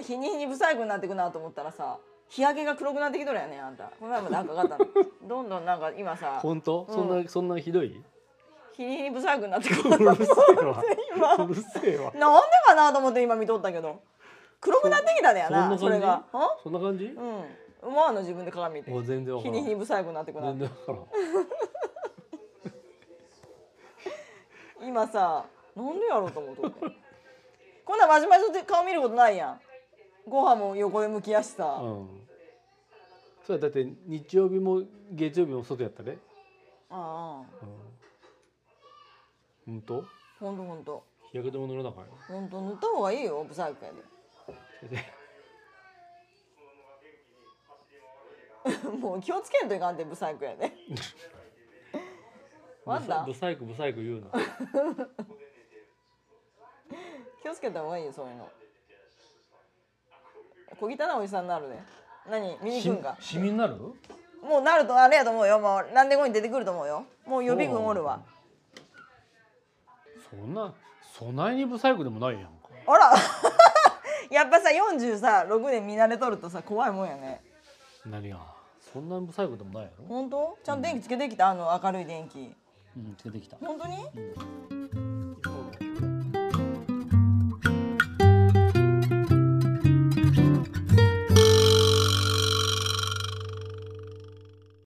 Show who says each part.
Speaker 1: 日に日に不細工になってくなと思ったらさ日焼けが黒くなってきとるやねあんたこの前もなんかがあったのどんどんなんか今さ
Speaker 2: 本当、
Speaker 1: うん
Speaker 2: そんなそんなひどい
Speaker 1: 日に日に不細工になってく
Speaker 2: う
Speaker 1: な
Speaker 2: る
Speaker 1: と思って
Speaker 2: せえわ
Speaker 1: 今
Speaker 2: うるせえわ
Speaker 1: なんでかなと思って今見とったけど黒くなってきたねやなそ
Speaker 2: そん
Speaker 1: れ
Speaker 2: な
Speaker 1: が
Speaker 2: 感
Speaker 1: う
Speaker 2: そんな感じ
Speaker 1: ん思わんの自分で鏡見て
Speaker 2: もう全然わか
Speaker 1: 日
Speaker 2: ら
Speaker 1: に
Speaker 2: ん
Speaker 1: 日に不細工になってくな
Speaker 2: 全然わからん
Speaker 1: 今さなんでやろうと思うとってこんなまじまじとって顔見ることないやんご飯も横で向きやしさ、
Speaker 2: うんそうやだって日曜日も月曜日も外やったね
Speaker 1: ああ
Speaker 2: うん本当
Speaker 1: ほんとほんと
Speaker 2: 日焼け止め塗らなあかんよ
Speaker 1: ほんと塗った方がいいよ不細工や
Speaker 2: 先
Speaker 1: で もう気をつけんといかんて不細工や で
Speaker 2: 生
Speaker 1: わんだ
Speaker 2: ブサイクブサイク言うな
Speaker 1: 気をつけた方がいいよそういうの小汚いおじさんになるね何見に
Speaker 2: シ
Speaker 1: 行く
Speaker 2: ミ
Speaker 1: んか
Speaker 2: シミになる
Speaker 1: もうなるとあれやと思うよもう何でこに出てくると思うよもう予備軍おるわ
Speaker 2: そんなそないにブサイクでもないやんか
Speaker 1: あら やっぱさ40さ6年見慣れとるとさ怖いもんやね
Speaker 2: 何がそんなにブサイクでもないやろ
Speaker 1: 本当ちゃんと電気つけてきたあの明るい電気
Speaker 2: うんつけてきた
Speaker 1: 本当に
Speaker 2: うん